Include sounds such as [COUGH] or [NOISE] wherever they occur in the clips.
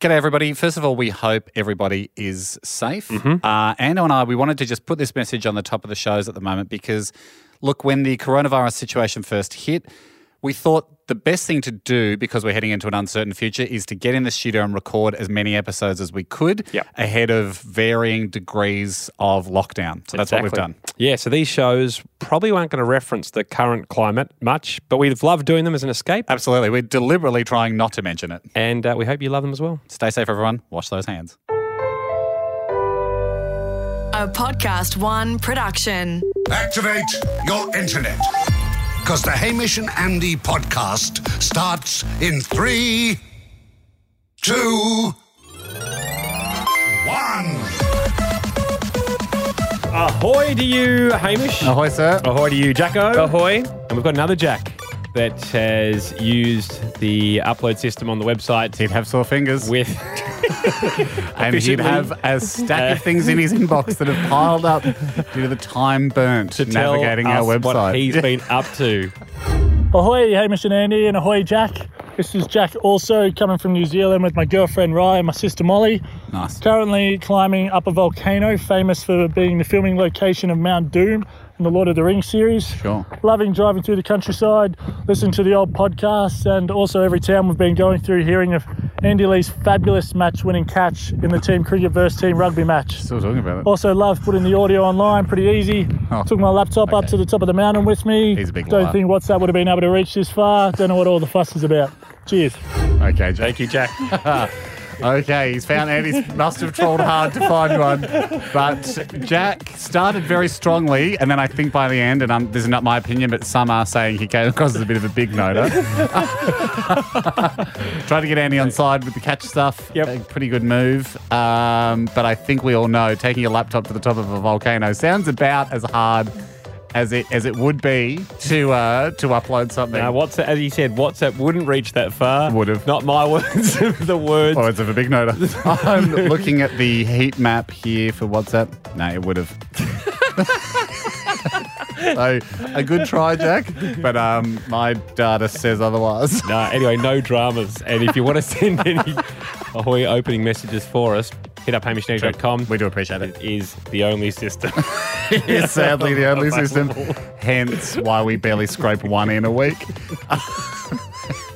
G'day, everybody. First of all, we hope everybody is safe. Uh, Anna and I, we wanted to just put this message on the top of the shows at the moment because, look, when the coronavirus situation first hit, we thought the best thing to do because we're heading into an uncertain future is to get in the studio and record as many episodes as we could Yep. ahead of varying degrees of lockdown. So that's what we've done. Exactly. Yeah, so these shows probably aren't going to reference the current climate much, but we've loved doing them as an escape, Absolutely. We're deliberately trying not to mention it. and uh, we hope you love them as well. Stay safe, everyone. Wash those hands. A Podcast One production. Activate your internet. Because the Hamish and Andy podcast starts in three, two, one. Ahoy to you, Hamish. Ahoy, sir. Ahoy to you, Jacko. Ahoy. And we've got another Jack that has used the upload system on the [LAUGHS] website He'd have sore fingers. with. And he'd efficiently- have a stack of things in his inbox that have piled up due to the time burnt To tell navigating our us what he's website. been up to. Ahoy, Hamish and Andy, and ahoy, Jack. This is Jack, also coming from New Zealand with my girlfriend Rye and my sister Molly. Nice. Currently climbing up a volcano famous for being the filming location of Mount Doom in the Lord of the Rings series. Sure. Loving driving through the countryside, listening to the old podcasts, and also every town we've been going through, hearing of Andy Lee's fabulous match winning catch in the team cricket versus team rugby match. Still talking about it. Also, love putting the audio online, pretty easy. Oh, Took my laptop up to the top of the mountain with me. He's a big Don't liar. think WhatsApp would have been able to reach this far. Don't know what all the fuss is about. Cheers. Okay, Jack. Thank you, Jack. Okay, he's found Andy's must have trolled hard to find one. But Jack started very strongly, and then I think by the end, and um, this is not my opinion, but some are saying he came across as a bit of a big noter. [LAUGHS] Tried to get Andy on side with the catch stuff. Yep. A pretty good move. Um, but I think we all know taking your laptop to the top of a volcano sounds about as hard as it as it would be to uh, to upload something. Now, WhatsApp, as he said, WhatsApp wouldn't reach that far. Would've. Not my [LAUGHS] words, the words. Oh, it's of a big noter. I'm looking at the heat map here for WhatsApp. No, it would have. [LAUGHS] so, a good try, Jack, but um, my data says otherwise. No, anyway, no dramas. And if you want to send [LAUGHS] any Ahoy opening messages for us, hit up hamishnews.com. We do appreciate it. It is the only [LAUGHS] system. It's sadly the only system, hence why we barely scrape one in [LAUGHS] a week.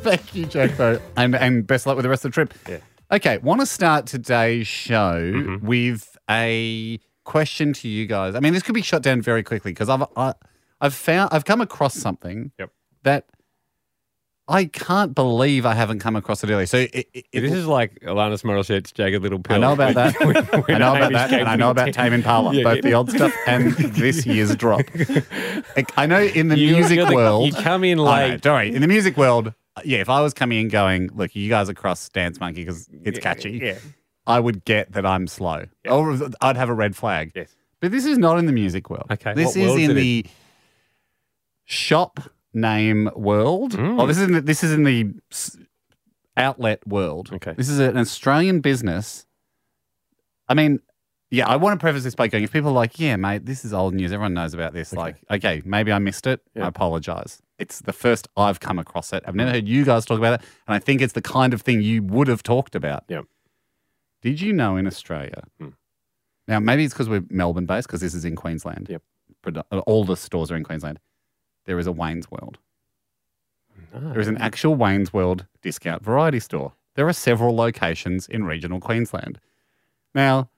Thank you, Jack, though. And, and best luck with the rest of the trip. Yeah. Mm-hmm. Okay, want to start today's show with a question to you guys. I mean, this could be shot down very quickly because I've I, I've found I've come across something Yep. that I can't believe I haven't come across it earlier. So it, it, this is like Alanis Morissette's Jagged Little Pill. I know [LAUGHS] about that. When- when I know Hamish about that, and I came know to about the Tame Impala, Yeah, both yeah. the old stuff and this year's [LAUGHS] drop. Like, I know in the You- music you're the- world, you come in I know, late. don't worry. In the music world, yeah, if I was coming in going, look, you guys across Dance Monkey because it's catchy, yeah. I would get that I'm slow, or I'd have a red flag. Yes. But this is not in the music world. Okay, this what is world's it in in? the shop name world. Mm. Oh, this is in the, this is in the s- outlet world. Okay. This is an Australian business. I mean, yeah, I want to preface this by going, if people are like, yeah, mate, this is old news. Everyone knows about this. Like, okay, maybe I missed it. I apologize. It's the first I've come across it. I've never heard you guys talk about it. And I think it's the kind of thing you would have talked about. Yep. Did you know in Australia? Hmm. Now, maybe it's because we're Melbourne based, because this is in Queensland. Yep. Predo- uh, All the stores are in Queensland. There is a Wayne's World. There is an actual Wayne's World discount variety store. There are several locations in regional Queensland. Now,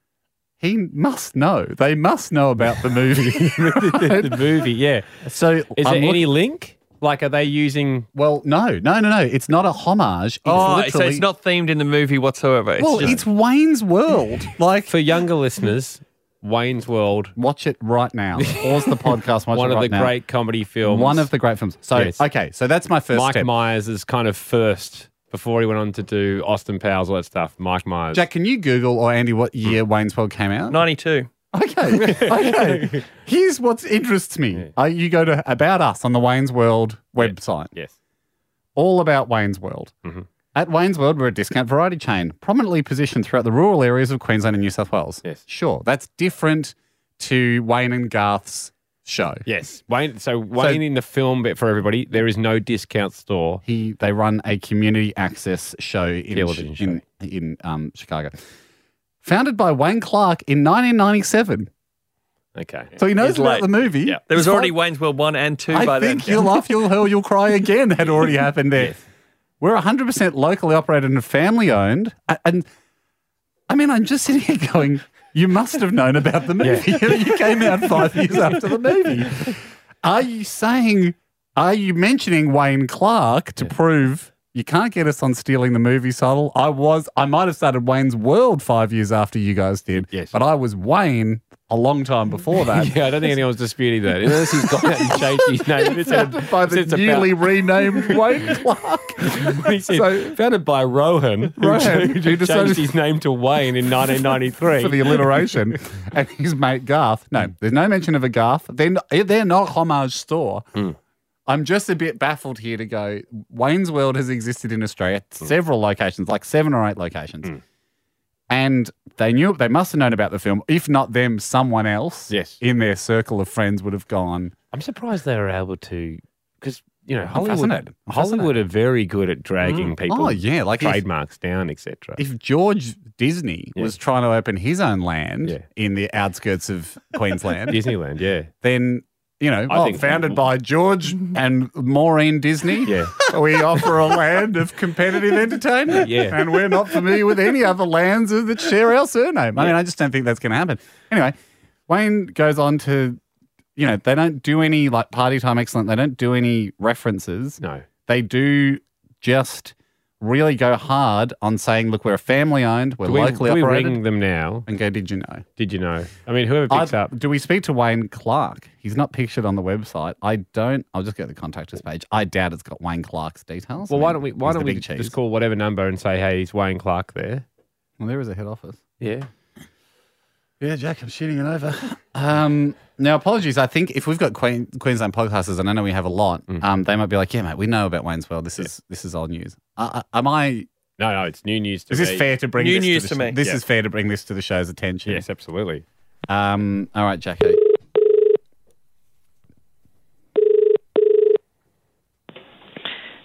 he must know. They must know about the [LAUGHS] movie. [LAUGHS] the, the movie, yeah. so, Is I'm there look- any link? Like, are they using. Well, no, no, no, no. It's not a homage. It's Oh, literally. so it's not themed in the movie whatsoever. It's well, just- it's Wayne's World. Like, For younger listeners, Wayne's World, watch it right [LAUGHS] now. Pause the podcast. Watch one it of right the now. great comedy films. One of the great films. So Yes. okay, so that's my first Mike step. Myers is kind of first before he went on to do Austin Powers, all that stuff. Mike Myers. Jack, can you Google or Andy what year Hmm. Wayne's World came out? 92. [LAUGHS] Okay, okay. Here's what interests me. Uh, you go to About Us on the Wayne's World website. Yes. All about Wayne's World. Mm-hmm. At Wayne's World, we're a discount variety chain, prominently positioned throughout the rural areas of Queensland and New South Wales. Yes. Sure, that's different to Wayne and Garth's show. Yes, Wayne. So Wayne in the film bit for everybody. There is no discount store. He they run a community access show in Television Chi- in, in um, Chicago. Founded by Wayne Clark in 1997, Okay. so he knows He's about late. the movie. Yeah, There was already Wayne's World 1 and 2 by I then. think you'll laugh, you'll hurl, you'll cry again had already happened there. We're 100% locally operated and family owned. A- And I mean, I'm just sitting here going, you must have known about the movie. [LAUGHS] you came out five years after the movie. Are you saying, are you mentioning Wayne Clark to prove you can't get us on stealing the movie title? I was, I might have started Wayne's World five years after you guys did, Yes. but I was Wayne a long time before that. [LAUGHS] Yeah, I don't think anyone's disputing that. Unless he's gone out and changed his name. It's Founded [LAUGHS] by the it's about- newly renamed Wayne Clark. [LAUGHS] He said, So- founded by Rohan, who, Rohan, who who changed decided- his name to Wayne in 1993. for the alliteration, and his mate Garth. No, there's no mention of a Garth. They're not, they're not homage store. Hmm. I'm just a bit baffled here to go. Wayne's World has existed in Australia, at Hmm. several locations, like seven or eight locations, and they knew they must have known about the film. If not them, someone else Yes. in their circle of friends would have gone. I'm surprised they were able to, because you know Hollywood, fascinated. I'm Hollywood are very good at dragging people. Oh yeah, like if- trademarks down, etc. if George Disney Yeah. was trying to open his own land Yeah. in the outskirts [LAUGHS] of Queensland, Disneyland, yeah, then you know, I oh, think- founded by George and Maureen Disney. Yeah. [LAUGHS] we offer a land of competitive entertainment. Yeah. and we're not familiar with any other lands that share our surname. I mean, I just don't think that's going to happen. Anyway, Wayne goes on to, you know, they don't do any like party time excellent. They don't do any references no, they do just really go hard on saying, look, we're a family owned, we're do we, locally do we operated. ring them now? and go, did you know? Did you know? I mean, whoever picks I- up, Do we speak to Wayne Clark? He's not pictured on the website. I don't. I'll just go to the contact us page. I doubt it's got Wayne Clark's details. well, I why mean, don't we? Why he's don't the we big cheese. just call whatever number and say, "Hey, is Wayne Clark there?" Well, there is a head office. Yeah, Yeah, Jack, I'm shooting it over. Um, now, apologies. I think if we've got Queen, Queensland podcasters, and I know we have a lot, Mm. um, they might be like, "Yeah, mate, we know about Wayne's World. This is this is old news." Uh, uh, am I no, no, it's new news to Is me. this fair to bring New this news to, to the me. This Yeah. is fair to bring this to the show's attention. Yes, absolutely. Um. All right, Jacko.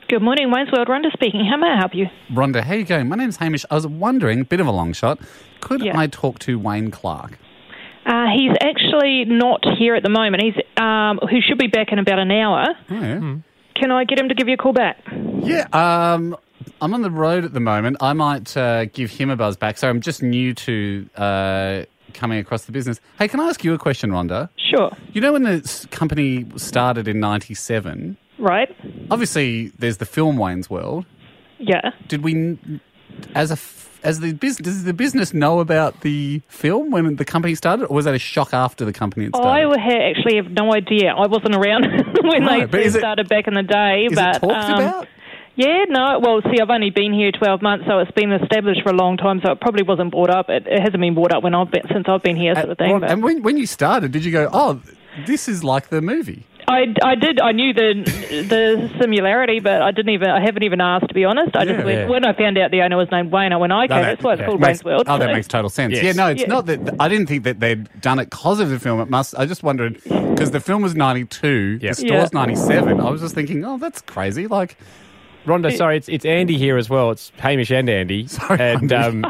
Good morning, Wayne's World. Rhonda speaking. How may I help you? Rhonda, how you going? My name's Hamish. I was wondering, bit of a long shot, could Yeah. I talk to Wayne Clark? Uh, he's actually not here at the moment. He's um, he should be back in about an hour. Oh, yeah. Can I get him to give you a call back? Yeah. Um. I'm on the road at the moment. I might uh, give him a buzz back. So I'm just new to uh, coming across the business. Hey, can I ask you a question, Rhonda? Sure. You know when the s- company started in '97? Right. Obviously, there's the film Wayne's World. Yeah. did we n- as a f- as the business does the business know about the film when the company started or was that a shock after the company had I started ha- actually have no idea. I wasn't around [LAUGHS] when No, they but is it- started back in the day. is but it talked um, about Yeah, no. Well, see, I've only been here 12 months, so it's been established for a long time. So it probably wasn't brought up. It, it hasn't been brought up when I've been since I've been here, sort of thing. Well, but- and when, when you started did you go oh this is like the movie I, I did. I knew the the similarity, but I didn't even. I haven't even asked to be honest. I Yeah. just went, when I found out the owner was named Wayne, I went, okay, No, that- that's why it's yeah. called makes, Wayne's World. oh that So- makes total sense Yes. yeah no it's Yeah. not that I didn't think that they'd done it because of the film it must I just wondered because the film was 92 Yeah. the store's Yeah. 97 I was just thinking oh that's crazy like Rhonda, sorry, it's it's Andy here as well. It's Hamish and Andy. Sorry, and um,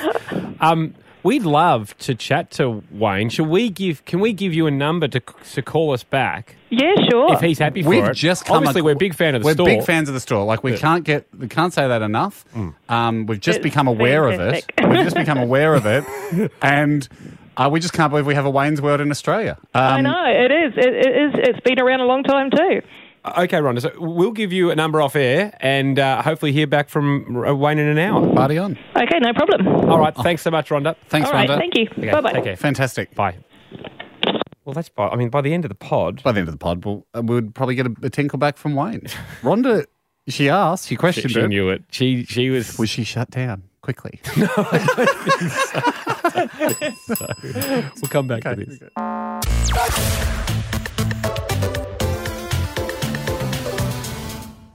[LAUGHS] um, we'd love to chat to Wayne. Shall we give? Can we give you a number to to call us back yeah, sure. if he's happy for We've it? just come obviously ac- we're a big fan of the we're store. Mm. big fans of the store. Like we can't get we can't say that enough. Um, we've just It's become aware of it. fantastic. We've just become aware of it, [LAUGHS] and uh, we just can't believe we have a Wayne's World in Australia. Um, I know it is. It, it is. It's been around a long time too. Okay, Rhonda. So we'll give you a number off air and uh, hopefully hear back from uh, Wayne in an hour. Party on! Okay, no problem. All right. Thanks so much, Rhonda. Thanks, All right, Rhonda. thank you. Okay, bye bye. Take care. Fantastic. Bye. Well, that's by. I mean, by the end of the pod, By the end of the pod, we'll, uh, we would probably get a, a tinkle back from Wayne. Rhonda, she asked, she questioned she it. knew it. She she was. Was she shut down [LAUGHS] quickly? We'll come back to this.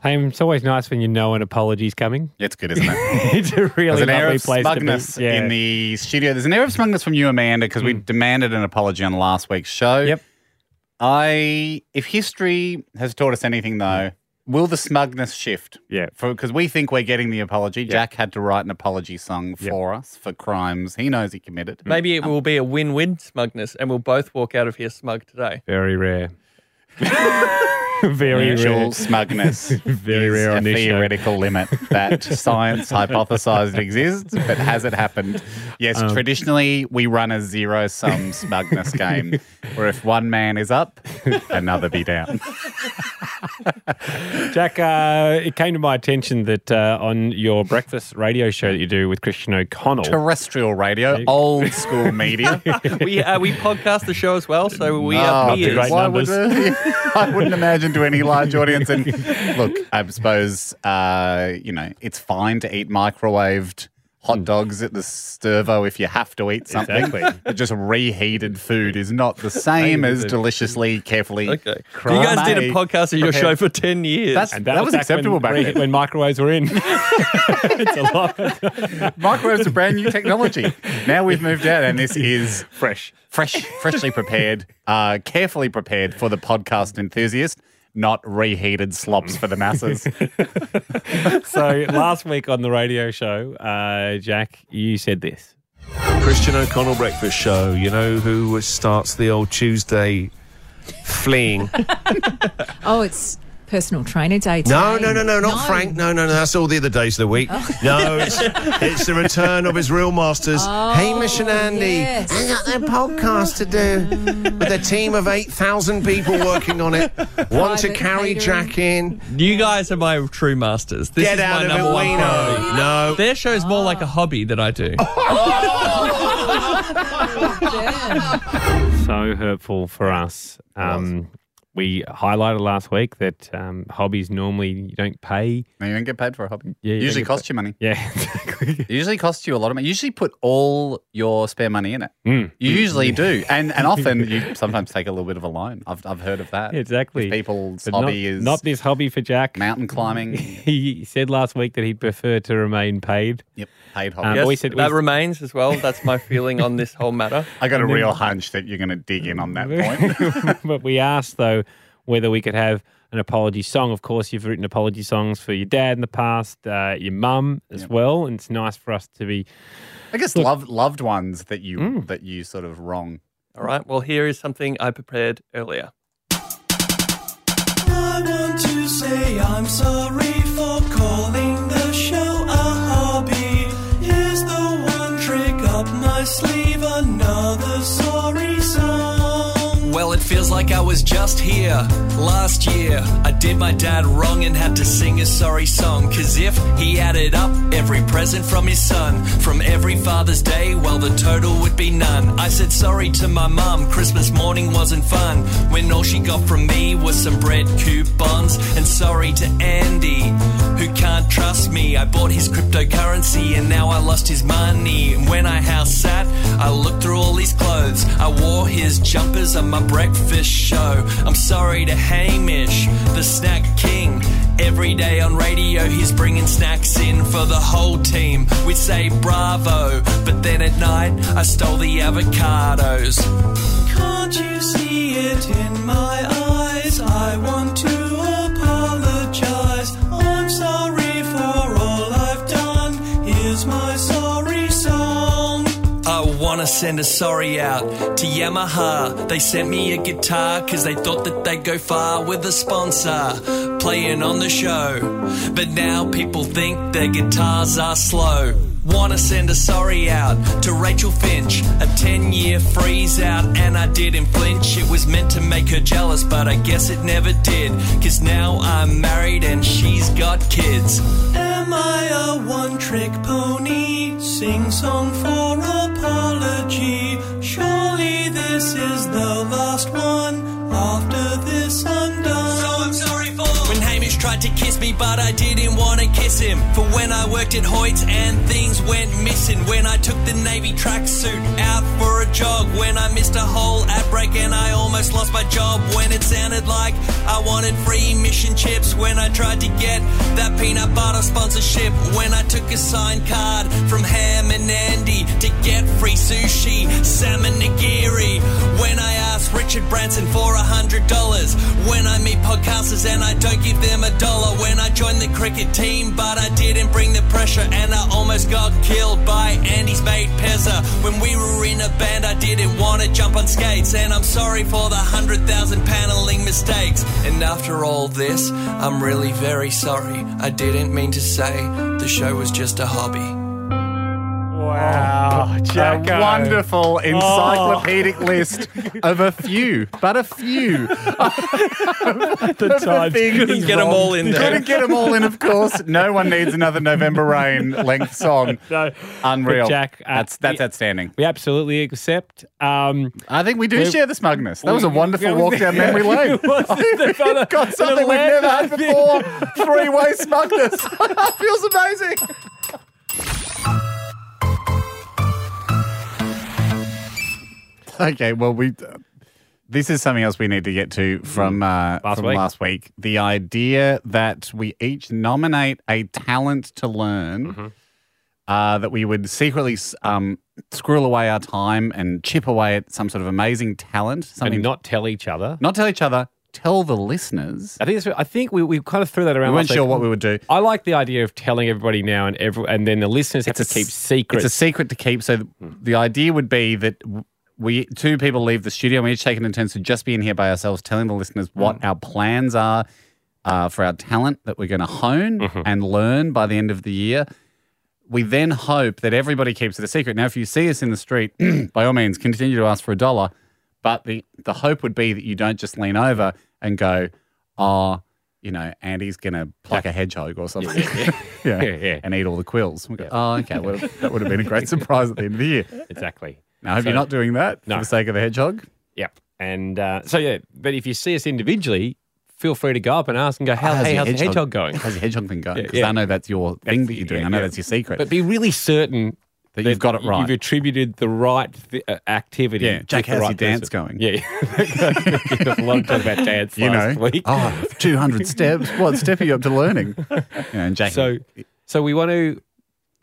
Hey, it's always nice when you know an apology's coming. [LAUGHS] it's good, isn't it? it's a really There's an air lovely of place smugness to be. Yeah. Mm. in the studio. There's an air of smugness from you, Amanda, because we demanded an apology on last week's show. Yep. I, if history has taught us anything, Mm. though, will the smugness shift? Yeah. Because we think we're getting the apology. Jack had to write an apology song for us for crimes he knows he committed. [LAUGHS] Maybe it will be a win-win smugness, and we'll both walk out of here smug today. Very [LAUGHS] rare. Very Usual rare. [LAUGHS] smugness. Very is rare a on this show. theoretical limit [LAUGHS] that science hypothesized exists, but has it happened? Yes, Um, traditionally we run a zero [LAUGHS] sum smugness game where if one man is up, another [LAUGHS] be down. Jack, uh, it came to my attention that uh, on your breakfast radio show that you do with Christian O'Connell, Terrestrial radio, old [LAUGHS] school media. we uh, we podcast the show as well, so we are Oh, peers. great why would, [LAUGHS] I wouldn't imagine to any large audience. And look, I suppose uh, you know it's fine to eat microwaved hot dogs at the Sturvo if you have to eat something. Exactly. But just reheated food is not the same as deliciously, carefully. Okay, you guys did a Crimea. podcast of your Okay. show for ten years. That's- And That was back when acceptable back re- then. when microwaves were in. it's a lot Microwaves are brand new technology. Now we've moved out, and this is fresh. fresh, freshly prepared, uh, carefully prepared for the podcast enthusiast. Not reheated slops for the masses. So last week on the radio show, uh, Jack, you said this. Christian O'Connell Breakfast Show. You know who starts the old Tuesday fleeing? [LAUGHS] Oh, it's personal trainer day today. No, no, no, no, not No. Oh. Frank. No, no, no. That's all the other days of the week. No, it's, it's the return of his real masters, Hamish and Andy. Oh, yes. I got their podcast to do with a team of 8,000 people working [LAUGHS] on it. One to Private carry catering. Jack in. you guys are my true masters. This Get is out my of number it, one priority. Wino. No. Their show's more like a hobby that I do. So hurtful for us. Um, we highlighted last week that um, hobbies normally you don't pay. [LAUGHS] No, you don't get paid for a hobby. Yeah, you don't usually get costs you money. Yeah, exactly. It usually costs you a lot of money. You usually put all your spare money in it. Mm. You usually do, and and [LAUGHS] often you sometimes take a little bit of a loan. I've I've heard of that. Exactly. If people's But hobby not, is not this hobby for Jack. mountain climbing. [LAUGHS] He said last week that he'd prefer to remain paid. yep, paid Um, hobby. we yes, said- we that s- remains as well. That's my feeling on this whole matter. I got a real hunch that you're going to dig in [LAUGHS] on that point. but we asked though whether we could have an apology song. Of course, you've written apology songs for your dad in the past, uh, your mum as well, and it's nice for us to be. I guess loved loved ones that you Hmm. that you sort of wrong. All right. Well, here is something I prepared earlier. I want to say I'm sorry for calling the show a hobby. Here's the one trick up my sleeve, another sorry song. Well, it feels like I was just here last year. I did my dad wrong and had to sing a sorry song. Cause if he added up every present from his son, from every Father's Day, well, the total would be none. I said sorry to my mum, Christmas morning wasn't fun. When all she got from me was some bread coupons. And sorry to Andy, who can't trust me. I bought his cryptocurrency and now I lost his money. And when I house sat, I looked through all his clothes. I wore his jumpers on my breakfast show. I'm sorry to Hamish, the snack king. Every day on radio, he's bringing snacks in for the whole team. We say bravo, but then at night, I stole the avocados. Can't you see it in my eyes? I want to apologize. I'm sorry for all I've done. Here's my sorry song. I wanna send a sorry out to Yamaha. They sent me a guitar cause they thought that they'd go far with a sponsor playing on the show. But now people think their guitars are slow. Wanna send a sorry out to Rachel Finch. A 10 year freeze out, and I didn't flinch. It was meant to make her jealous, but I guess it never did. Cause now I'm married and she's got kids. Am I a one trick pony? Sing song for apology. Surely this is the last one. After this, I'm done. So I'm sorry for when Hamish tried to kiss me, but I didn't wanna kiss him. For when I worked at Hoyt's and things went missing. When I took the navy tracksuit out for a jog. When I missed a whole ad break and I almost lost my job. When it sounded like I wanted free mission chips. When I tried to get that peanut butter sponsorship. When I took a signed card from Ham and Andy to get free sushi, salmon nigiri. When I asked Richard Branson for a hundred dollars. When I meet podcasters and I don't give them a dollar. When I joined the cricket team, but I didn't bring the pressure, and I almost got killed by Andy's mate Pezza. When we were in a band, I didn't want to jump on skates, and I'm sorry for the hundred thousand paneling mistakes. And after all this, I'm really very sorry. I didn't mean to say the show was just a hobby. Wow, Jacko. a wonderful encyclopedic list of a few, but [LAUGHS] a few. the times. Couldn't get 'em all in there. Couldn't get them all in, of course. No one needs another November Rain length song. [LAUGHS] No, Unreal. But Jack, uh, that's that's outstanding. We absolutely accept. Um, I think we do we- share the smugness. That was a we- wonderful we- [LAUGHS] walk down memory lane. What's this other- [LAUGHS] Got something we've Atlanta never had thing? [LAUGHS] before. Three way smugness. Feels amazing. Okay, well, we. This is something else we need to get to from uh, Mm. Last from week. last week. The idea that we each nominate a talent to learn, Mm-hmm. uh, that we would secretly s- um, squirrel away our time and chip away at some sort of amazing talent, something and not tell each other. not tell each other, tell the listeners. I think that's, I think we, we kind of threw that We around. weren't last sure week. what we would do. I like the idea of telling everybody now, and every, and then the listeners have to keep s- secrets. It's a secret to keep. So th- the idea would be that w- we two people leave the studio and we each take it in turns to just be in here by ourselves, telling the listeners what our plans are uh, for our talent that we're going to hone and learn by the end of the year. We then hope that everybody keeps it a secret. Now, if you see us in the street, [CLEARS THROAT] by all means, continue to ask for a dollar. But the, the hope would be that you don't just lean over and go, oh, you know, Andy's going to pluck a hedgehog or something. [LAUGHS] yeah. Yeah, yeah. and eat all the quills. We go, oh, okay. Well, that would have been [LAUGHS] a great surprise at the end of the year. exactly. Now, I hope So- you're not doing that No. for the sake of the hedgehog. Yep. And uh, so yeah, but if you see us individually, feel free to go up and ask and go, "How hey, your how's the hedgehog going?" How's the hedgehog thing going? Yeah, Because yeah. I know that's your thing that you're doing. I know yeah. that's your secret. But be really certain That you've got it you- right. You've attributed the right th- uh, activity. Yeah, to Jack, the how's right your dance person. going? Yeah, yeah. [LAUGHS] There's a lot of talk about dance [LAUGHS] you know, last week. [LAUGHS] oh, 200 steps. What step are you up to learning? [LAUGHS] You know, and Jackie, [LAUGHS] So, so we want to.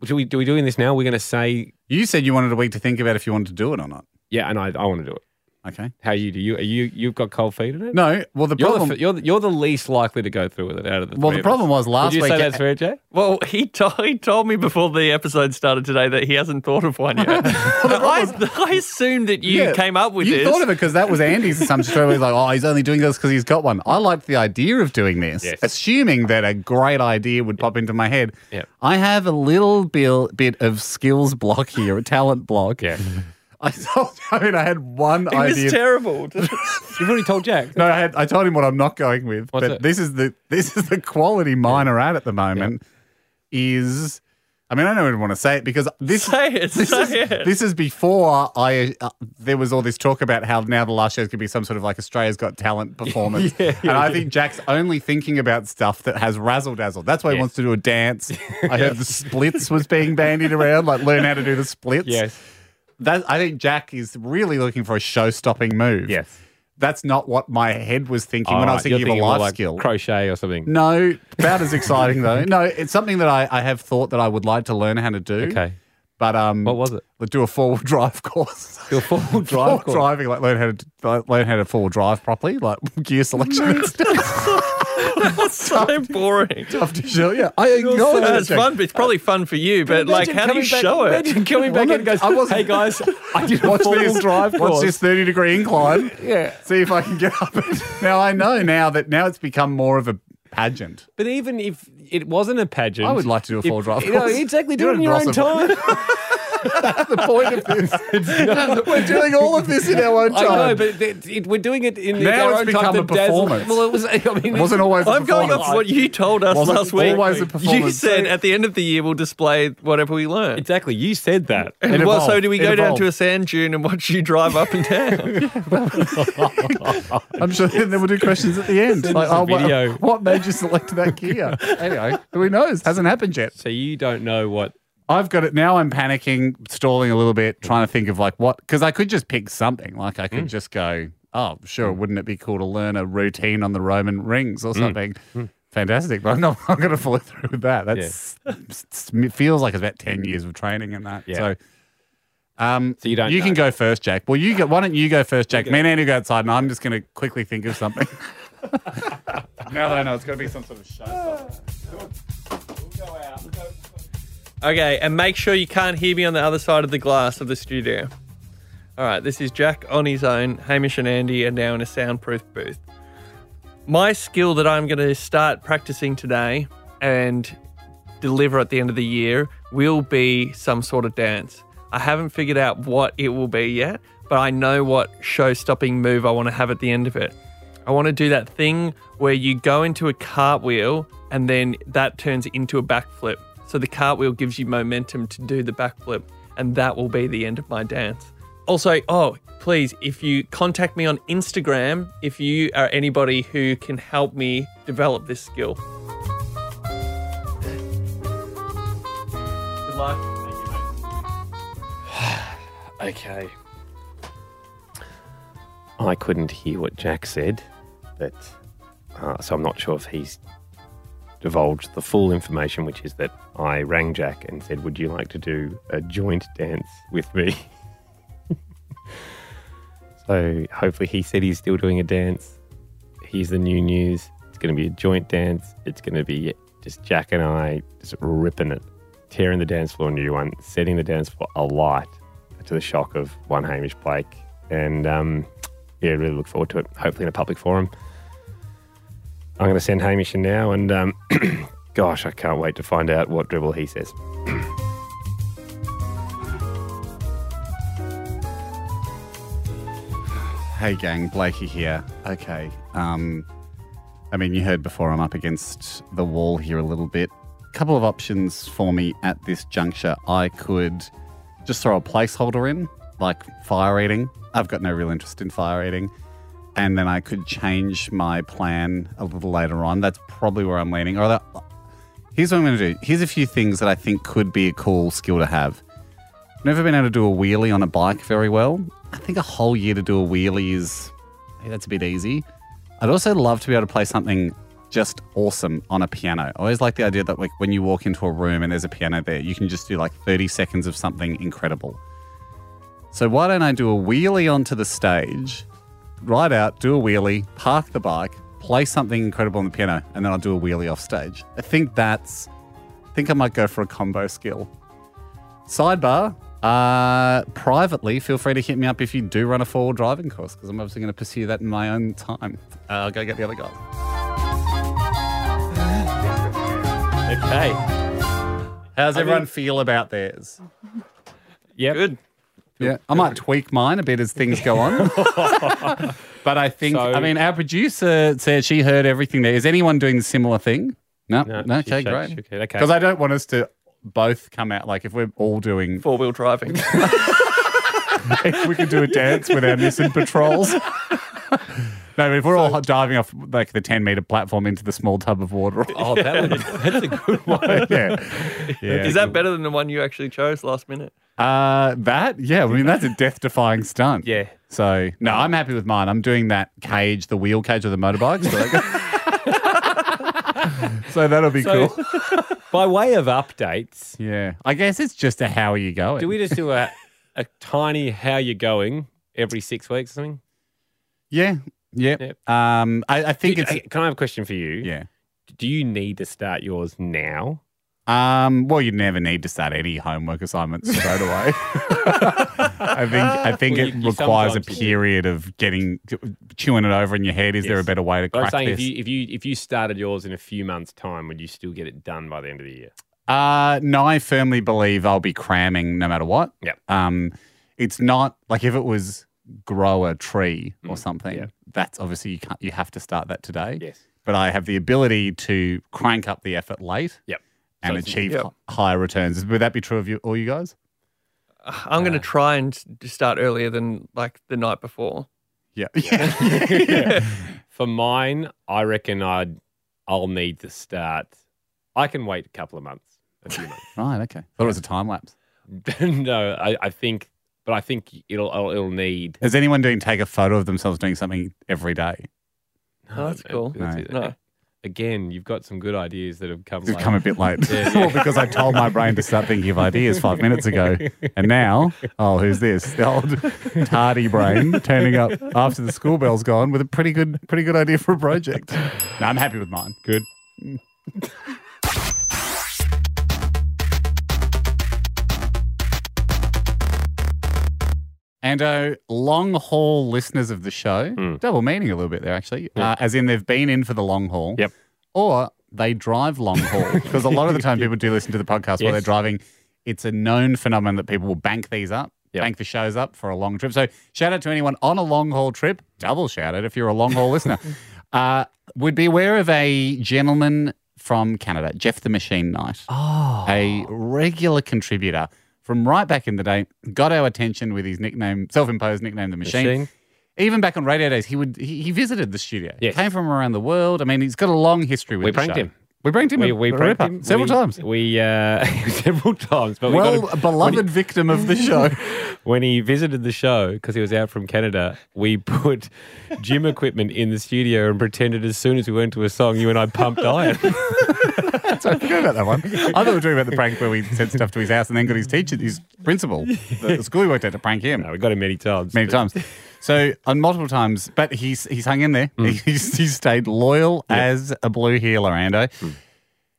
Do we do we doing this now? We're going to say you said you wanted a week to think about if you wanted to do it or not. yeah, and I, I want to do it. Okay. How you do you? Are you you've got cold feet in it? No, well, the You're problem. the, f- you're, the, you're the least likely to go through with it out of the. well, three of the us. problem was Would last you week. uh, say that's fair, Jay? Well, he, to- he told me before the episode started today that he hasn't thought of one yet. I, I assumed that you Yeah, came up with you this. thought of it because that was Andy's assumption. Straight away, he's like, oh, he's only doing this because he's got one. I liked the idea of doing this, Yes. assuming that a great idea would pop into my head. Yep. I have a little bil- bit of skills block here, a talent block. Yeah. [LAUGHS] I, told, I mean, I had one It was idea. [LAUGHS] terrible. You've already told Jack. no, I, had, I told him what I'm not going with, What's but it? this is the this is the quality mine are at at the moment. Is I mean, I don't even want to say it because this say it. this say is, it. this is before I. Uh, there was all this talk about how now the last shows could be some sort of like Australia's Got Talent performance, and I think Jack's only thinking about stuff that has razzle dazzle. That's why he Yes. wants to do a dance. I heard the splits was being bandied around, like learn how to do the splits. Yes. That I think Jack is really looking for a show-stopping move. Yes. that's not what my head was thinking when I was Alright, you're thinking of a more life like skill. crochet or something. no, about as exciting though. No, it's something that I, I have thought that I would like to learn how to do. Okay. But um, What was it? Let's do a four wheel drive [LAUGHS] course. Your [LAUGHS] formal drive. Four-wheel course. driving, like learn how to like, learn how to four wheel drive properly, like [LAUGHS] gear selection and stuff. so boring. Tough to show. Yeah, I acknowledge Uh, that, it's Jack. fun. but It's probably fun for you, but like, Imagine how do you coming back- show it? Imagine coming back in and goes, I wasn't- "Hey guys, I did a Watch formal this drive Watch course." this thirty degree incline. Yeah. See if I can get up it. [LAUGHS] Now I know now that now it's become more of a pageant. But even if it wasn't a pageant, I would like to do a if- four drive you know, course. exactly, do You're it in your own impossible. [LAUGHS] time. That's the [LAUGHS] point of this. [LAUGHS] We're doing all of this in our own I time. know, but it, it, we're doing it in Now our it's own become time. to a dazzle- performance. Well, it was. I mean, it wasn't always. a I'm going performance. off what you told us Wasn't last week. always a you performance. said at the end of the year we'll display whatever we learn. exactly. You said that. And It well, so evolved. do we It go down evolved. to a sand dune and watch you drive up and [LAUGHS] down? I'm sure then we'll do questions at the end. Like, us a oh, what- video. What, made you select that [LAUGHS] gear? anyway, who knows? Hasn't happened yet. So you don't know what. I've got it now. I'm panicking, stalling a little bit, trying to think of like what because I could just pick something. Like I Hmm. could just go, oh, sure, wouldn't it be cool to learn a routine on the Roman rings or Hmm. something? Fantastic, but I'm not. [LAUGHS] I'm going to follow through with that. That's s- s- it feels like it's about ten years of training and that. Yeah. So Um, So you don't You can know. go first, Jack. Well, you go. Why don't you go first, Jack? Me and Andy go outside, and I'm just going to quickly think of something. [LAUGHS] now that I know, it's going to be some sort of show. [LAUGHS] Okay, and make sure you can't hear me on the other side of the glass of the studio. All right, this is Jack on his own. Hamish and Andy are now in a soundproof booth. My skill that I'm going to start practicing today and deliver at the end of the year will be some sort of dance. I haven't figured out what it will be yet, but I know what show stopping move I want to have at the end of it. I want to do that thing where you go into a cartwheel and then that turns into a backflip. So the cartwheel gives you momentum to do the backflip, and that will be the end of my dance. Also, oh, please, if you contact me on Instagram, if you are anybody who can help me develop this skill. Good luck. Okay. I couldn't hear what Jack said, but uh, so I'm not sure if he's divulged the full information, which is that I rang Jack and said, "Would you like to do a joint dance with me?" [LAUGHS] so hopefully, he said he's still doing a dance. Here's the new news: it's going to be a joint dance. It's going to be just Jack and I just ripping it, tearing the dance floor a new one, setting the dance floor alight to the shock of one Hamish Blake, and. Um, yeah, really look forward to it. Hopefully in a public forum. I'm going to send Hamish in now, and um, [CLEARS THROAT] gosh, I can't wait to find out what dribble he says. Hey, gang, Blakey here. Okay. Um, I mean, you heard before I'm up against the wall here a little bit. Couple of options for me at this juncture. I could just throw a placeholder in, like fire eating. I've got no real interest in fire eating. And then I could change my plan a little later on. That's probably where I'm leaning. Although, here's what I'm going to do. Here's a few things that I think could be a cool skill to have. Never been able to do a wheelie on a bike very well. I think a whole year to do a wheelie is hey, that's a bit easy. I'd also love to be able to play something just awesome on a piano. I always like the idea that like when you walk into a room and there's a piano there, you can just do like 30 seconds of something incredible. So why don't I do a wheelie onto the stage, ride out, do a wheelie, park the bike, play something incredible on the piano, and then I'll do a wheelie off stage. I think that's I think I might go for a combo skill. Sidebar. Uh, privately, feel free to hit me up if you do run a four-wheel driving course because I'm obviously going to pursue that in my own time. Uh, I'll go get the other guy. Okay. How's I everyone mean- feel about theirs? Yep. Good. Yeah, I might tweak mine a bit as things go [LAUGHS] on. [LAUGHS] but I think, So- I mean, our producer said she heard everything there. Is anyone doing a similar thing? No, No, no, she okay, shakes great. her head. Okay. Because I don't want us to both come out like if we're all doing, Four wheel driving. if [LAUGHS] we could do a dance with our missing patrols. No, but if we're all diving off like the ten meter platform into the small tub of water, Oh, that [LAUGHS] would, that's a good one. [LAUGHS] yeah, [LAUGHS] yeah. Is that better than the one you actually chose last minute? Uh, that yeah, I mean that's a death-defying stunt. Yeah. So no, I'm happy with mine. I'm doing that cage, the wheel cage of the motorbike. So, [LAUGHS] So that'll be cool. By way of updates, Yeah, I guess it's just a how are you going? do we just do a, a tiny how you going every six weeks or something? Yeah, yeah. Yep. Um, I, I think Do- it's hey, can I have a question for you? yeah. Do you need to start yours now? Um, well, you never need to start any homework assignments straight away. [LAUGHS] I think I think Well, it you- you requires a sometimes do. period of getting chewing it over in your head. Is there a Yes. better way to But I'm crack saying this? if you, if you if you started yours in a few months' time, would you still get it done by the end of the year? Uh, no, I firmly believe I'll be cramming no matter what. Yep. Um, it's not like if it was grow a tree Mm. or something. That's obviously you can't. You have to start that today. Yes. But I have the ability to crank up the effort late. Yep. And So it's- achieve yep. h- higher returns. Would that be true of you all you guys? I'm going to Uh, try and s- start earlier than like the night before. Yeah. [LAUGHS] [LAUGHS] Yeah. For mine, I reckon I'd I'll need to start. I can wait a couple of months, a few months. right. Okay. Thought it was a time lapse. [LAUGHS] no, I, I think, but I think it'll it'll, it'll need. Is anyone doing take a photo of themselves doing something every day? Oh, that's cool. It's, No. again, you've got some good ideas that have come. It's come a bit late. [LAUGHS] Yeah, well, because I told my brain to start thinking of ideas five minutes ago. And now, oh, who's this? The old tardy brain turning up after the school bell's gone with a pretty good pretty good idea for a project. No, I'm happy with mine. Good. And uh, long haul listeners of the show, Hmm. double meaning a little bit there actually, uh, as in they've been in for the long haul. Yep. Or they drive long haul [LAUGHS] because a lot of the time people do listen to the podcast Yes. while they're driving. It's a known phenomenon that people will bank these up, bank the shows up for a long trip. So shout out to anyone on a long haul trip. Double shout out if you're a long [LAUGHS] haul listener. Uh, would be aware of a gentleman from Canada, Jeff the Machine Knight Oh. a regular contributor from right back in the day, got our attention with his nickname, self-imposed nickname, the machine. Machine. Even back on radio days, he would he, he visited the studio. Yes. came from around the world. I mean, he's got a long history with. We the pranked show. him. We pranked him. We, a- we a pranked ripper him. several We- [LAUGHS] times. We uh, several times, but we got well, him- a beloved victim of the show. [LAUGHS] when he visited the show because he was out from Canada, we [LAUGHS] put gym equipment in the studio and pretended as soon as we went to a song, you and I [LAUGHS] pumped iron. So I forgot about that one. [LAUGHS] I thought we were talking about the prank where we sent stuff to his house and then got his teacher, his [LAUGHS] principal, the, the school he worked at, to prank him. no, we got him many times. many times. So on multiple times, but he's he's hung in there. Hmm. [LAUGHS] He's, he's stayed loyal as a blue healer, Ando. Hmm.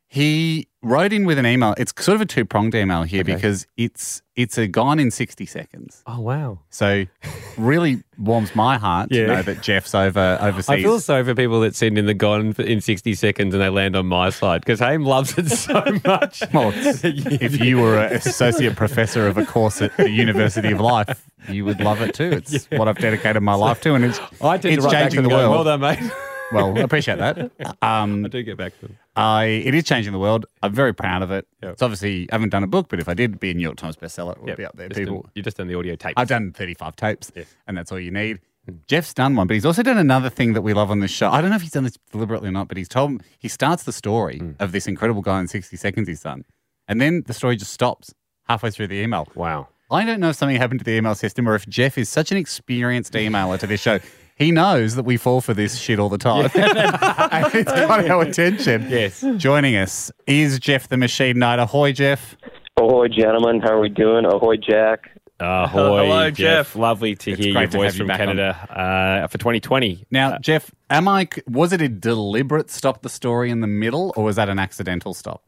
He wrote in with an email. It's sort of a two pronged email here because it's it's a gone in sixty seconds. Oh wow! So [LAUGHS] really warms my heart Yeah. to know that Jeff's over overseas. I feel sorry for people that send in the gone for- in sixty seconds and they land on my side because Haim loves it so much. Well, it's- if you were an associate professor of a course at the University of Life, you would love it too. It's what I've dedicated my life to, and it's I tend it's to write back to changing them the going, world. Well done, mate. Well, I [LAUGHS] appreciate that. Um, I do get back to them. I it is changing the world. I'm very proud of it. Yep. It's obviously I haven't done a book, but if I did it'd be a New York Times bestseller, it would Yep. be up there. Just People, done- you just done the audio tape. I've done 35 tapes, Yes. and that's all you need. Jeff's done one, but he's also done another thing that we love on this show. I don't know if he's done this deliberately or not, but he's told he starts the story of this incredible guy in 60 seconds he's done, and then the story just stops halfway through the email. Wow. I don't know if something happened to the email system or if Jeff is such an experienced emailer to this show. He knows that we fall for this shit all the time. [LAUGHS] and it's got our attention. Yes. Joining us is Jeff the Machine Knight. Ahoy, Jeff. Ahoy, gentlemen. How are we doing? Ahoy, Jack. [LAUGHS] Ahoy, Hello, Jeff. Ah, Lovely to It's hear great your to voice have you from back on. Canada uh, for 2020. Now, Jeff, am I was it a deliberate stop the story in the middle or was that an accidental stop?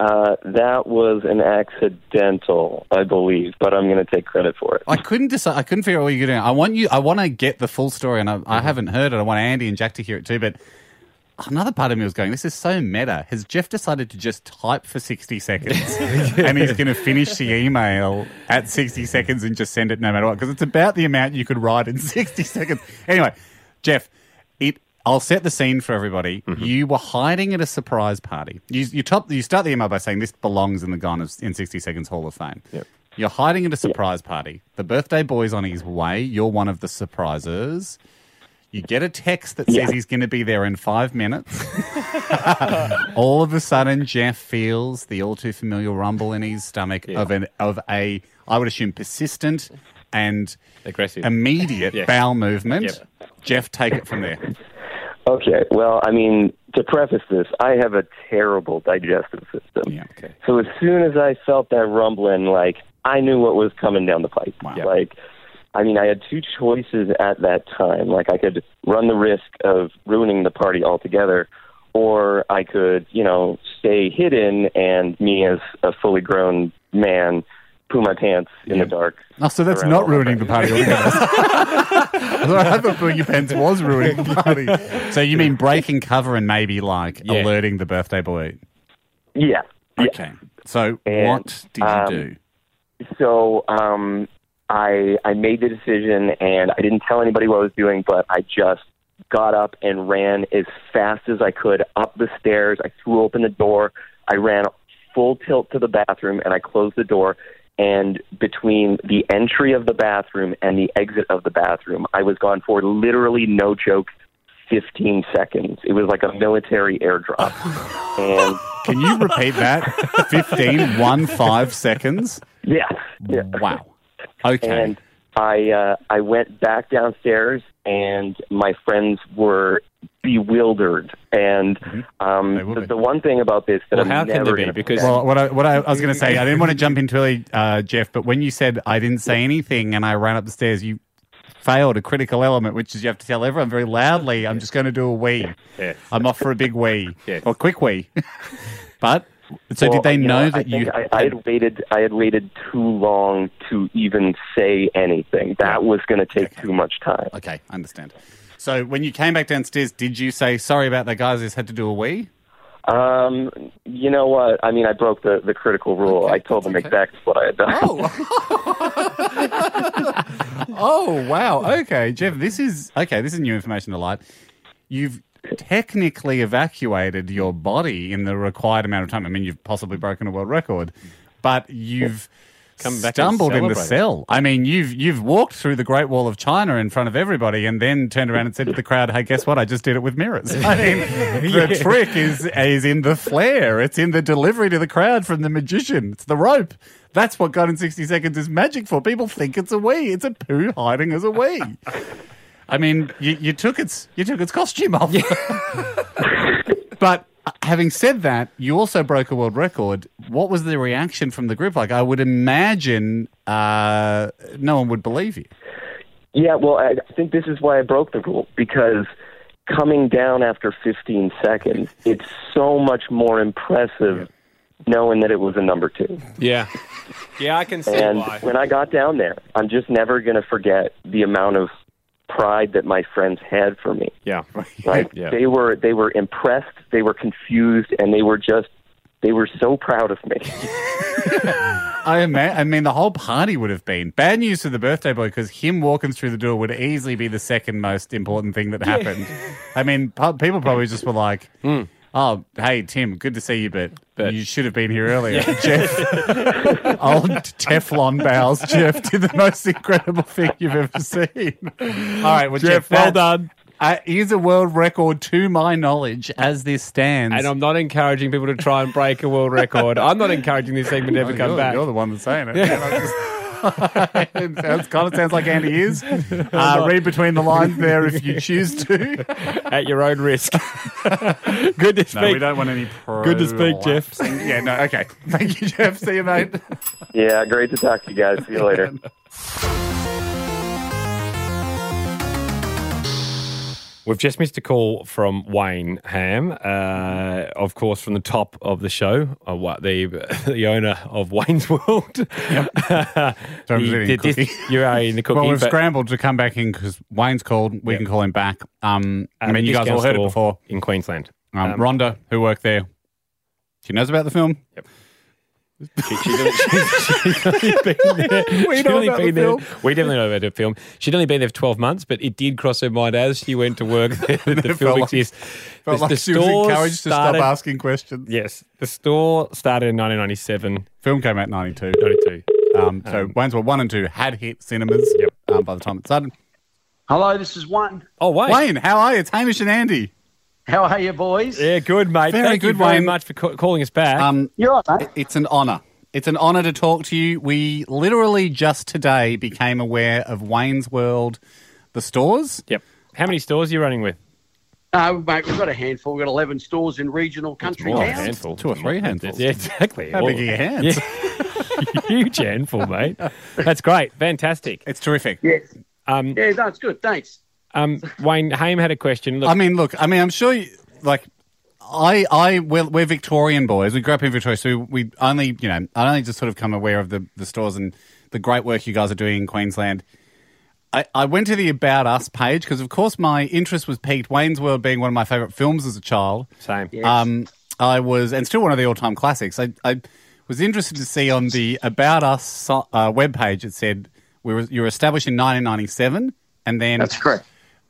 Uh, that was an accidental, I believe, but I'm going to take credit for it. I couldn't decide. I couldn't figure out what you're doing. I want you. I want to get the full story, and I, I haven't heard it. I want Andy and Jack to hear it too. But another part of me was going, "This is so meta." Has Jeff decided to just type for sixty seconds, and he's going to finish the email at sixty seconds and just send it no matter what? Because it's about the amount you could write in [LAUGHS] sixty seconds. Anyway, Jeff, it. I'll set the scene for everybody. You were hiding at a surprise party. You, you top. You start the email by saying this belongs in the Gone of- in sixty seconds Hall of Fame. You're hiding at a surprise party. The birthday boy's on his way. You're one of the surprisers. You get a text that says Yeah. he's going to be there in five minutes. [LAUGHS] All of a sudden, Jeff feels the all too familiar rumble in his stomach of an of a I would assume persistent and Aggressive. immediate Yes. bowel movement. Yep. Jeff, take it from there. Okay, well, I mean, to preface this, I have a terrible digestive system. Yeah. Okay. So as soon as I felt that rumbling, like, I knew what was coming down the pipe. Wow. Like, I mean, I had two choices at that time. Like, I could run the risk of ruining the party altogether, or I could, you know, stay hidden and me as a fully grown man poo my pants in the dark. Oh, so that's Around not all my ruining the party altogether. [LAUGHS] I thought putting your pants was ruining the party. So you mean breaking cover and maybe like Yeah. alerting the birthday boy? Yeah. yeah. Okay. So And, what did you um, do? so um, I I made the decision, and I didn't tell anybody what I was doing, but I just got up and ran as fast as I could up the stairs. I threw open the door. I ran full tilt to the bathroom, and I closed the door. And between the entry of the bathroom and the exit of the bathroom, I was gone for literally no joke, 15 seconds. It was like a military airdrop. and Can you repeat that? 15, 1, 5 seconds? yeah, yeah. Wow. Okay. And I uh, I went back downstairs, and my friends were bewildered. And Mm-hmm. um, the, the one thing about this that Well, I'm how can never there be? gonna Because forget- well, what I, what I, I was going to say, I didn't want to jump into early, uh, Jeff, but when you said I didn't say anything and I ran up the stairs, you failed a critical element, which is you have to tell everyone very loudly, "I'm just going to do a wee. Yes. I'm off for a big wee or quick wee." but so Well, did they you know I that think you? I, I had waited. I had waited too long to even say anything. That was going to take too much time. Okay, I understand. So when you came back downstairs, did you say sorry about that, guys? I just had to do a wee. Um, you know what? I mean, I broke the, the critical rule. I told them exactly what I had done. Oh wow! Okay, Jeff, this is okay. This is new information to light. You've technically evacuated your body in the required amount of time. I mean, you've possibly broken a world record, but you've Come back and stumbled in the celebrate. cell. I mean, you've you've walked through the Great Wall of China in front of everybody, and then turned around and said to the crowd, "Hey, guess what? I just did it with mirrors." [LAUGHS] I [LAUGHS] mean, the Yeah. trick is is in the flair. It's in the delivery to the crowd from the magician. It's the rope. That's what God in 60 Seconds is magic for. People think it's a wee. It's a poo hiding as a wee. I mean, you, you took its you took its costume off. [LAUGHS] but uh, having said that, you also broke a world record. What was the reaction from the group? Like, I would imagine uh, no one would believe you. Yeah, well, I I think this is why I broke the rule because coming down after 15 seconds, it's so much more impressive knowing that it was a number [LAUGHS] two. Yeah. Yeah, I can see And why. when I got down there, I'm just never going to forget the amount of pride that my friends had [LAUGHS] for me. Yeah. Like Yeah. they were they were impressed, they were confused, and they were just they were so proud of [LAUGHS] me. I, ima- I mean, the whole party would have been. Bad news for the birthday boy because him walking through the door would easily be the second most important thing that happened. I mean, pu- people probably just were like, oh, hey, Tim, good to see you, but, you should have been here earlier. Jeff, old Teflon bows, Jeff did the most incredible thing you've ever seen. All right, well, Jeff, Jeff, well that, Uh, is a world record to my knowledge as this stands. And I'm not encouraging people to try and break a world record. I'm not encouraging this segment to ever Oh, come you're, back. You're the one that's saying it. [LAUGHS] it sounds, kind of sounds like Andy [LAUGHS] is. Uh, read between the lines there if [LAUGHS] you choose to. At your own risk. [LAUGHS] Good to speak. No, we don't want any pro. Good to speak, Jeff. Yeah, no, okay. [LAUGHS] Thank you, Jeff. See you, mate. yeah, great to talk to you guys. See you later. We've just missed a call from Wayne Ham, uh, of course, from the top of the show, uh, what, the [LAUGHS] the owner of Wayne's [LAUGHS] World. [LAUGHS] Don't He really did this- cookie. you are in the cookie. well, we've but scrambled to come back in because Wayne's called. We can call him back. Um, at I a mean, you guys all discount heard it store before. in Queensland. Um, Rhonda, who worked there, she knows about the film. She, she's only, she's, she's only been there. [LAUGHS] We she's know only about the been there. film. We definitely know about the film. She'd only been there for 12 months, but it did cross her mind as she went to work that the [LAUGHS] Felt film like- exists. Felt the, like the she was encouraged started- to stop asking questions. Yes. The store started in 1997. Film came out in 92. 92. Um, so Wayne's World 1 and 2 had hit cinemas Yep. um, by the time it started. Hello, this is Wayne. Oh, wait. Wayne, how are you? It's Hamish and Andy. How are you, boys? Yeah, good, mate. Very Thank you good, very Wayne. much for ca- calling us back. Um, You're all right, mate. It's an honour. It's an honour to talk to you. We literally just today became aware of Wayne's World, the stores. yep. How many stores are you running with? No, mate, we've got a handful. We've got 11 stores in regional country Oh, a towns. handful. Two or three handfuls. Yeah, [LAUGHS] exactly. How big are your hands? Yeah. [LAUGHS] Huge handful, mate. That's great. Fantastic. It's terrific. Yes. Um, Yeah, no, it's good. Thanks. um, Wayne, Haim had a question. Look, I mean, look, I mean, I'm sure, you, like, I, I, we're, we're Victorian boys. We grew up in Victoria, so we, we only, you know, I only just sort of come aware of the, the stores and the great work you guys are doing in Queensland. I, I went to the About Us page because, of course, my interest was piqued. Wayne's World being one of my favourite films as a child. same. Um, I was, and still one of the all-time classics. I, I was interested to see on the About Us so- uh, webpage it said we were, you were established in 1997, and then That's correct.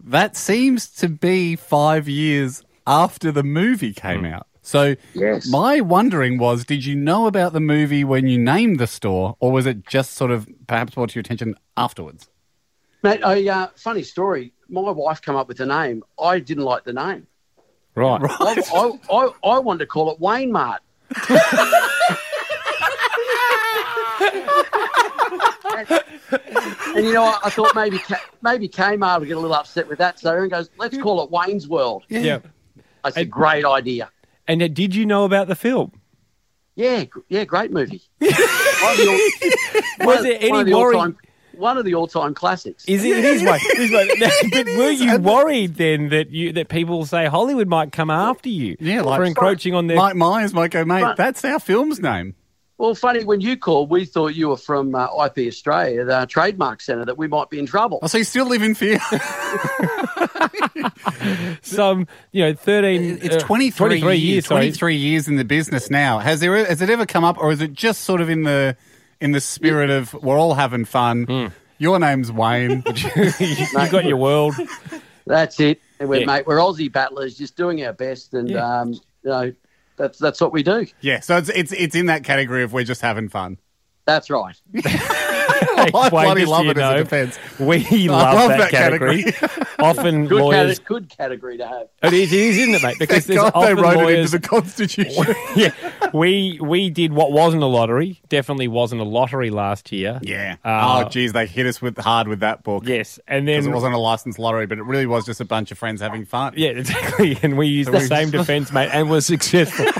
that seems to be five years after the movie came out. So Hmm. Yes. my wondering was, did you know about the movie when you named the store, or was it just sort of perhaps brought to your attention afterwards? Mate, I, uh, funny story. My wife came up with the name. I didn't like the name. [LAUGHS] Right. I, I, I, I wanted to call it Wayne Mart. and you know what? I thought maybe K- maybe Kmart would get a little upset with that. So everyone goes, let's call it Wayne's World. Yeah. That's a great idea. And uh, did you know about the film? Yeah, gr- yeah, great movie. One of the all- Was one- there any one of the worry- all-time- One of the all-time classics. Is it? It is [LAUGHS] one. It is one. [LAUGHS] but were you worried then that you that people will say Hollywood might come after you? Yeah, like for encroaching on their Mike Myers might go, mate. Right. That's our film's name. Well, funny when you called, we thought you were from uh, IP Australia, the trademark centre, that we might be in trouble. I Oh, so you still live in fear. some you know thirteen. It's uh, 23, years. sorry. 23 years in the business now. Has there has it ever come up, or is it just sort of in the in the spirit of we're all having fun? Hmm. Your name's Wayne. [LAUGHS] [LAUGHS] You got your world. That's it. And we're, Yeah. mate, we're Aussie battlers, just doing our best, and Yeah. um, you know that's that's what we do. yeah, so it's it's it's in that category of we're just having fun. That's right. Hey, [LAUGHS] [LAUGHS] I Wayne, bloody just so love you it as know, a defense. We [LAUGHS] I love, love that, that category. [LAUGHS] often Good, lawyers. cate- good category to have. It is, it is, isn't it, mate? Because Thank there's God [LAUGHS] they often wrote it lawyers. into the [LAUGHS] Constitution. [LAUGHS] yeah, we we did what wasn't a lottery. Definitely wasn't a lottery last year. yeah. Uh, oh, geez, they hit us with hard with that book. Yes, and Because then it wasn't a licensed lottery, but it really was just a bunch of friends having fun. yeah, [LAUGHS] exactly. And we used So the we- same defense, mate, and were successful. [LAUGHS]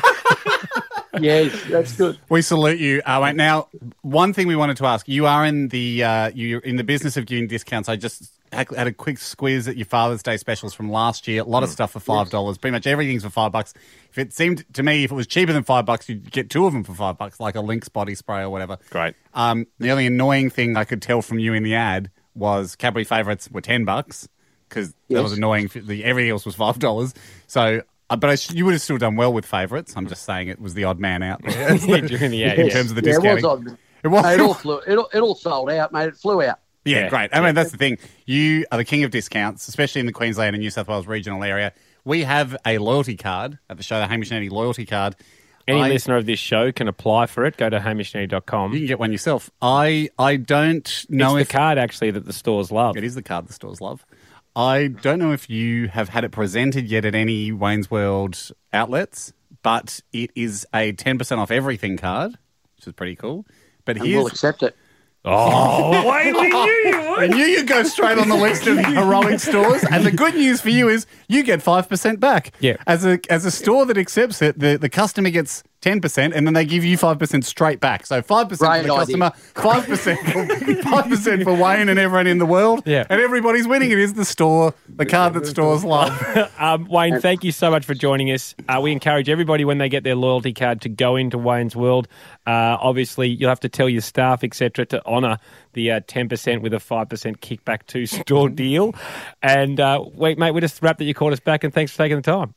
Yes, that's good. We salute you. Uh, wait, now, one thing we wanted to ask: you are in the uh, you're in the business of giving discounts. I just had had a quick squeeze at your Father's Day specials from last year. A lot of stuff for five dollars. Pretty much everything's for five bucks. If it seemed to me, if it was cheaper than five bucks, you'd get two of them for five bucks, like a Lynx body spray or whatever. Great. Um, the only annoying thing I could tell from you in the ad was Cadbury favorites were ten bucks because that Yes. was annoying. The everything else was five dollars. So, uh, but I sh- you would have still done well with favorites. I'm just saying it was the odd man out there Yeah, during [LAUGHS] the ad, in yes. terms of the Yeah, it was discounting. on. It was- Mate, it all flew. It all, it all sold out, mate. It flew out. [LAUGHS] yeah, Yeah. great. I mean, that's the thing. You are the king of discounts, especially in the Queensland and New South Wales regional area. We have a loyalty card at the show, the Hamish and Andy loyalty card. Any I- listener of this show can apply for it. Go to hamishnetty.com. you can get one yourself. I I don't It's know the if card actually that the stores love. It is the card the stores love. I don't know if you have had it presented yet at any Wayne's World outlets, but it is a 10% off everything card, which is pretty cool. But And we'll here's. accept it. Oh, wait, we knew I knew you'd go straight on the [LAUGHS] list of heroic stores. And the good news for you is you get 5% back. Yeah. As a, as a store that accepts it, the, the customer gets 10% and then they give you 5% straight back. So 5% Great for the customer, idea. 5% for, 5% for Wayne and everyone in the world. Yeah. And everybody's winning. It is the store, the card that stores love. Um, Wayne, thank you so much for joining us. Uh, we encourage everybody when they get their loyalty card to go into Wayne's World. Uh, obviously, you'll have to tell your staff, etc., to honour the uh, 10% with a 5% kickback to [LAUGHS] store deal. And uh, wait, mate, we're just wrapped that you called us back, and thanks for taking the time.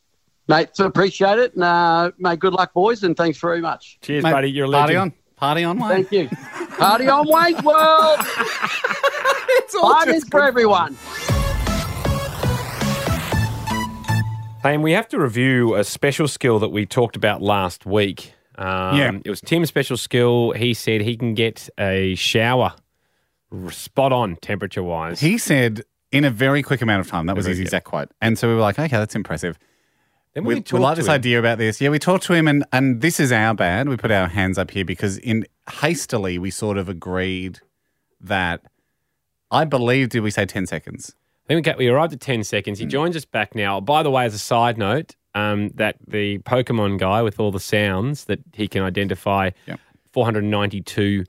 Mate, so appreciate it. And, uh, mate, good luck, boys, and thanks very much. Cheers, [LAUGHS] Mate, buddy. You're a Party legend. on. Party on, Wayne. Thank you. Party on, [LAUGHS] Wayne's World. It's all Parties just for good everyone. Hey, and we have to review a special skill that we talked about last week. Um, Yeah. It was Tim's special skill. He said he can get a shower r- spot on temperature wise. He said in a very quick amount of time. That was Very his good. exact quote. And so we were like, okay, that's impressive. then We, we talked like to this him. idea about this. Yeah, we talked to him, and, and this is our bad. We put our hands up here because in hastily we sort of agreed that I believe did we say ten seconds? Then we, got, we arrived at 10 seconds. Mm. He joins us back now. By the way, as a side note, um, that the Pokemon guy with all the sounds that he can identify Yep. 492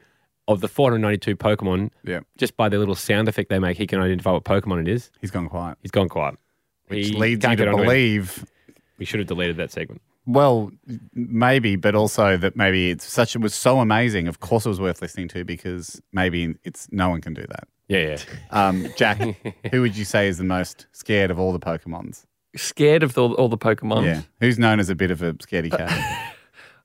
of the 492 Pokemon, Yeah, just by the little sound effect they make, he can identify what Pokemon it is. he's gone quiet, He's gone quiet. which He leads can't you get to onto it. believe. We should have deleted that segment. Well, maybe, but also that maybe it's such it was so amazing. Of course, it was worth listening to because maybe it's no one can do that. [LAUGHS] Yeah, Um, Jack, who would you say is the most scared of all the Pokemons? Scared of the, all the Um, Pokemon. Yeah, who's known as a bit of a scaredy cat?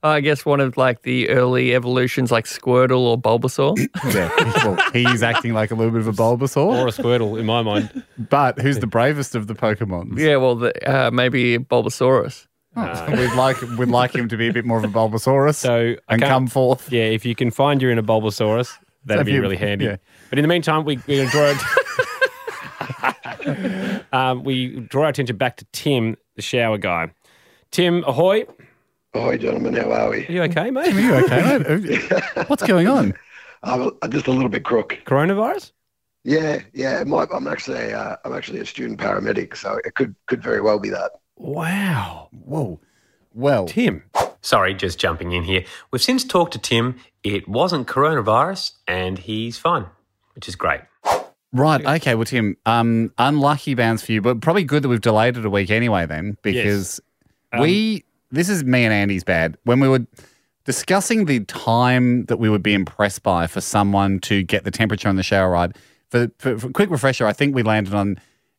I guess one of like the early evolutions, like Squirtle or [COUGHS] Bulbasaur. [LAUGHS] yeah, well, he's acting like a little bit of a or Bulbasaur. a Squirtle in my mind. But who's the bravest of the Pokemons? Oh, yeah, well, the, uh, maybe Bulbasaurus. we'd like we'd like him to be a bit more of a Bulbasaurus So I and can't- come forth. Yeah, if you can find you're in a Bulbasaurus, that'd Have be you- really handy. yeah. But in the meantime, we, we're going to draw our, [LAUGHS] um, we draw our attention back to Tim, the shower guy. Tim, ahoy. Hi, gentlemen. How are we? Are you okay, mate? You okay, mate? [LAUGHS] What's going on? I'm a- just a little bit crook. Coronavirus? Yeah, yeah. My, I'm actually uh, I'm actually a student paramedic, so it could could very well be that. Wow. Whoa. Well, Tim. Sorry, just jumping in here. We've since talked to Tim. It wasn't coronavirus, and he's fine, which is great. Right. Okay. Well, Tim, um, unlucky bounds for you, but probably good that we've delayed it a week anyway, then, because Um, we, this is me and Andy's bad. When we were discussing the time that we would be impressed by for someone to get the temperature on the shower right, for, for, for a quick refresher, I think we landed on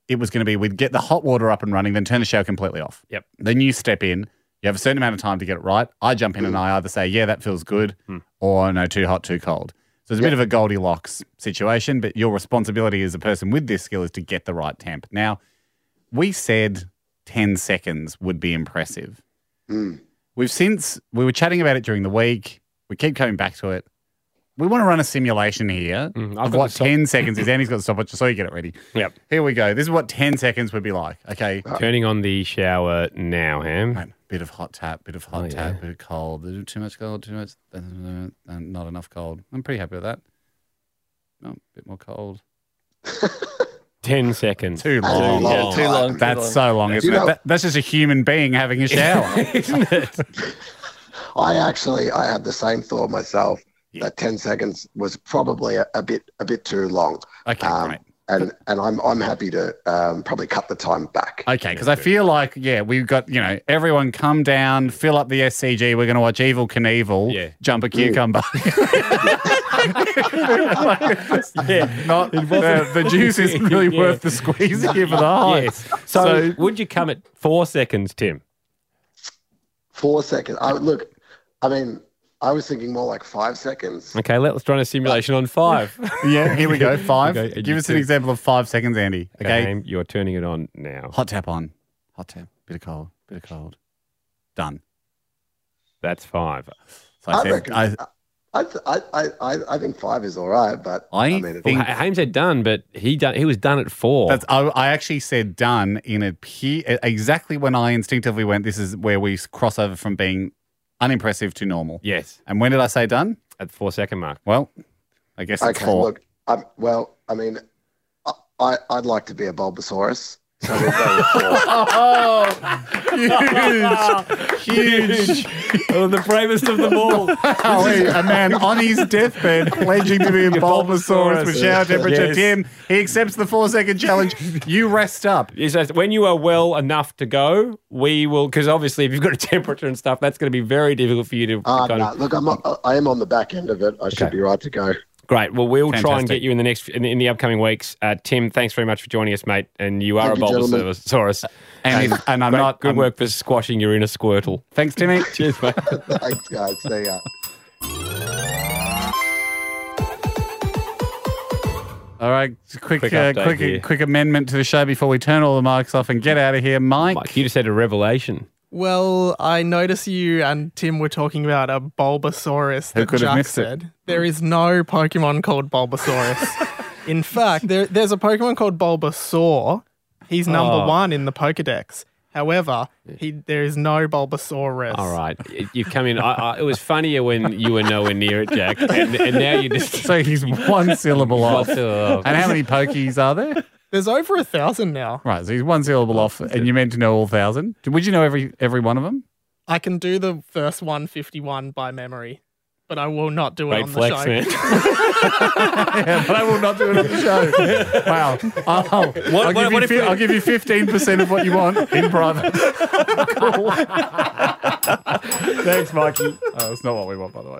it was going to be we'd get the hot water up and running, then turn the shower completely off. Yep. Then you step in. You have a certain amount of time to get it right. I jump in and I either say, yeah, that feels good, Hmm. or no, too hot, too cold. So it's a bit of a Goldilocks situation, but your responsibility as a person with this skill is to get the right temp. Now, we said 10 seconds would be impressive. We've since, we were chatting about it during the week. We keep coming back to it. We want to run a simulation here Hmm, I've of got what the stop- 10 seconds is. Andy's got the stopwatch, so you get it ready. Yep. Here we go. This is what 10 seconds would be like. Okay. Turning on the shower now, Ham. Bit of hot tap, bit of hot tap, bit of cold. Too much cold, too much, and not enough cold. I'm pretty happy with that. No, a bit more cold. 10 seconds. Too long. Too long. That's so long, isn't You it? know- That, that's just a human being having a shower. I actually I had the same thought myself. That ten seconds was probably a, a bit a bit too long. Okay, um, and and I'm I'm happy to um, probably cut the time back. okay, because I feel like, yeah, we've got, you know, everyone come down, fill up the SCG. We're going to watch Evil Knievel jump a [LAUGHS] cucumber. yeah, not, the, the juice isn't really worth the squeeze here for the high. Yes. [LAUGHS] So, would you come at four seconds, Tim? Four seconds. I look. I mean, I was thinking more like five seconds. Okay, let's run a simulation on [LAUGHS] five. Yeah, here [LAUGHS] we go. Five. Give us example. an example of five seconds, Andy. Okay. Ham, you're turning it on now. Hot tap on. Hot tap. Bit of cold. Bit of cold. Done. That's five. So I, I said, reckon- I, I, th- I, I, I- I think five is all right, but I think- Ha- Ham said done, but he done, he was done at four. that's, I, I actually said done in a pe- e, exactly when I instinctively went, this is where we cross over from being unimpressive to normal. yes, And when did I say done? at four second mark. Well, I guess it's okay, four. look, I'm, well, I mean, I, I, I'd like to be a Bulbasaurus. So we'll go with four. [LAUGHS] Oh, huge, [LAUGHS] huge. Oh, the bravest of them [LAUGHS] all. Golly, a man on his deathbed pledging to be a Bulbasaurus with shower temperature Yes. 10. He accepts the four second challenge. You rest up. Is that when you are well enough to go, we will. Because obviously, if you've got a temperature and stuff, that's going to be very difficult for you to Ah, kind nah, of. look, I'm, I am on the back end of it. I should Okay. be right to go. [LAUGHS] Great. Well, we'll try and Fantastic. get you in the next in, in the upcoming weeks. Uh, Tim, thanks very much for joining us, mate. And you Uh, um, are Thank a you, gentlemen. Bulbasaurus. And, if, and I'm Great- not. good I'm- work for squashing your inner squirtle. Thanks, [LAUGHS] Timmy. Cheers, mate. Thanks, guys. See ya. All right, quick, Quick uh, update here. quick, quick amendment to the show before we turn all the mics off and get out of here, [LAUGHS] Mike. Mike, you just had a revelation. Well, I notice you and Tim were talking about a Bulbasaurus Who that could have Jack missed it? said. There is no Pokemon called Bulbasaurus. in fact, there, there's a Pokemon called Bulbasaur. He's number Oh. one in the Pokedex. However, he there is no Bulbasaurus. All right, you've come in. I, I, it was funnier when you were nowhere near it, Jack, and, and now you just. So he's one syllable One [LAUGHS] off. syllable off. And how many pokies are there? There's over a thousand now. Right, so he's one syllable off, and you meant to know all thousand. Would you know every every one of them? [LAUGHS] I can do the first 151 by memory, but I will not do it Great on the flex, show. man. yeah, but I will not do it on the show. Wow. I'll, I'll, what- give, what you, if fi- we- I'll give you 15% of what you want in private. [LAUGHS] Thanks, Mikey. Oh, that's not what we want, by the way.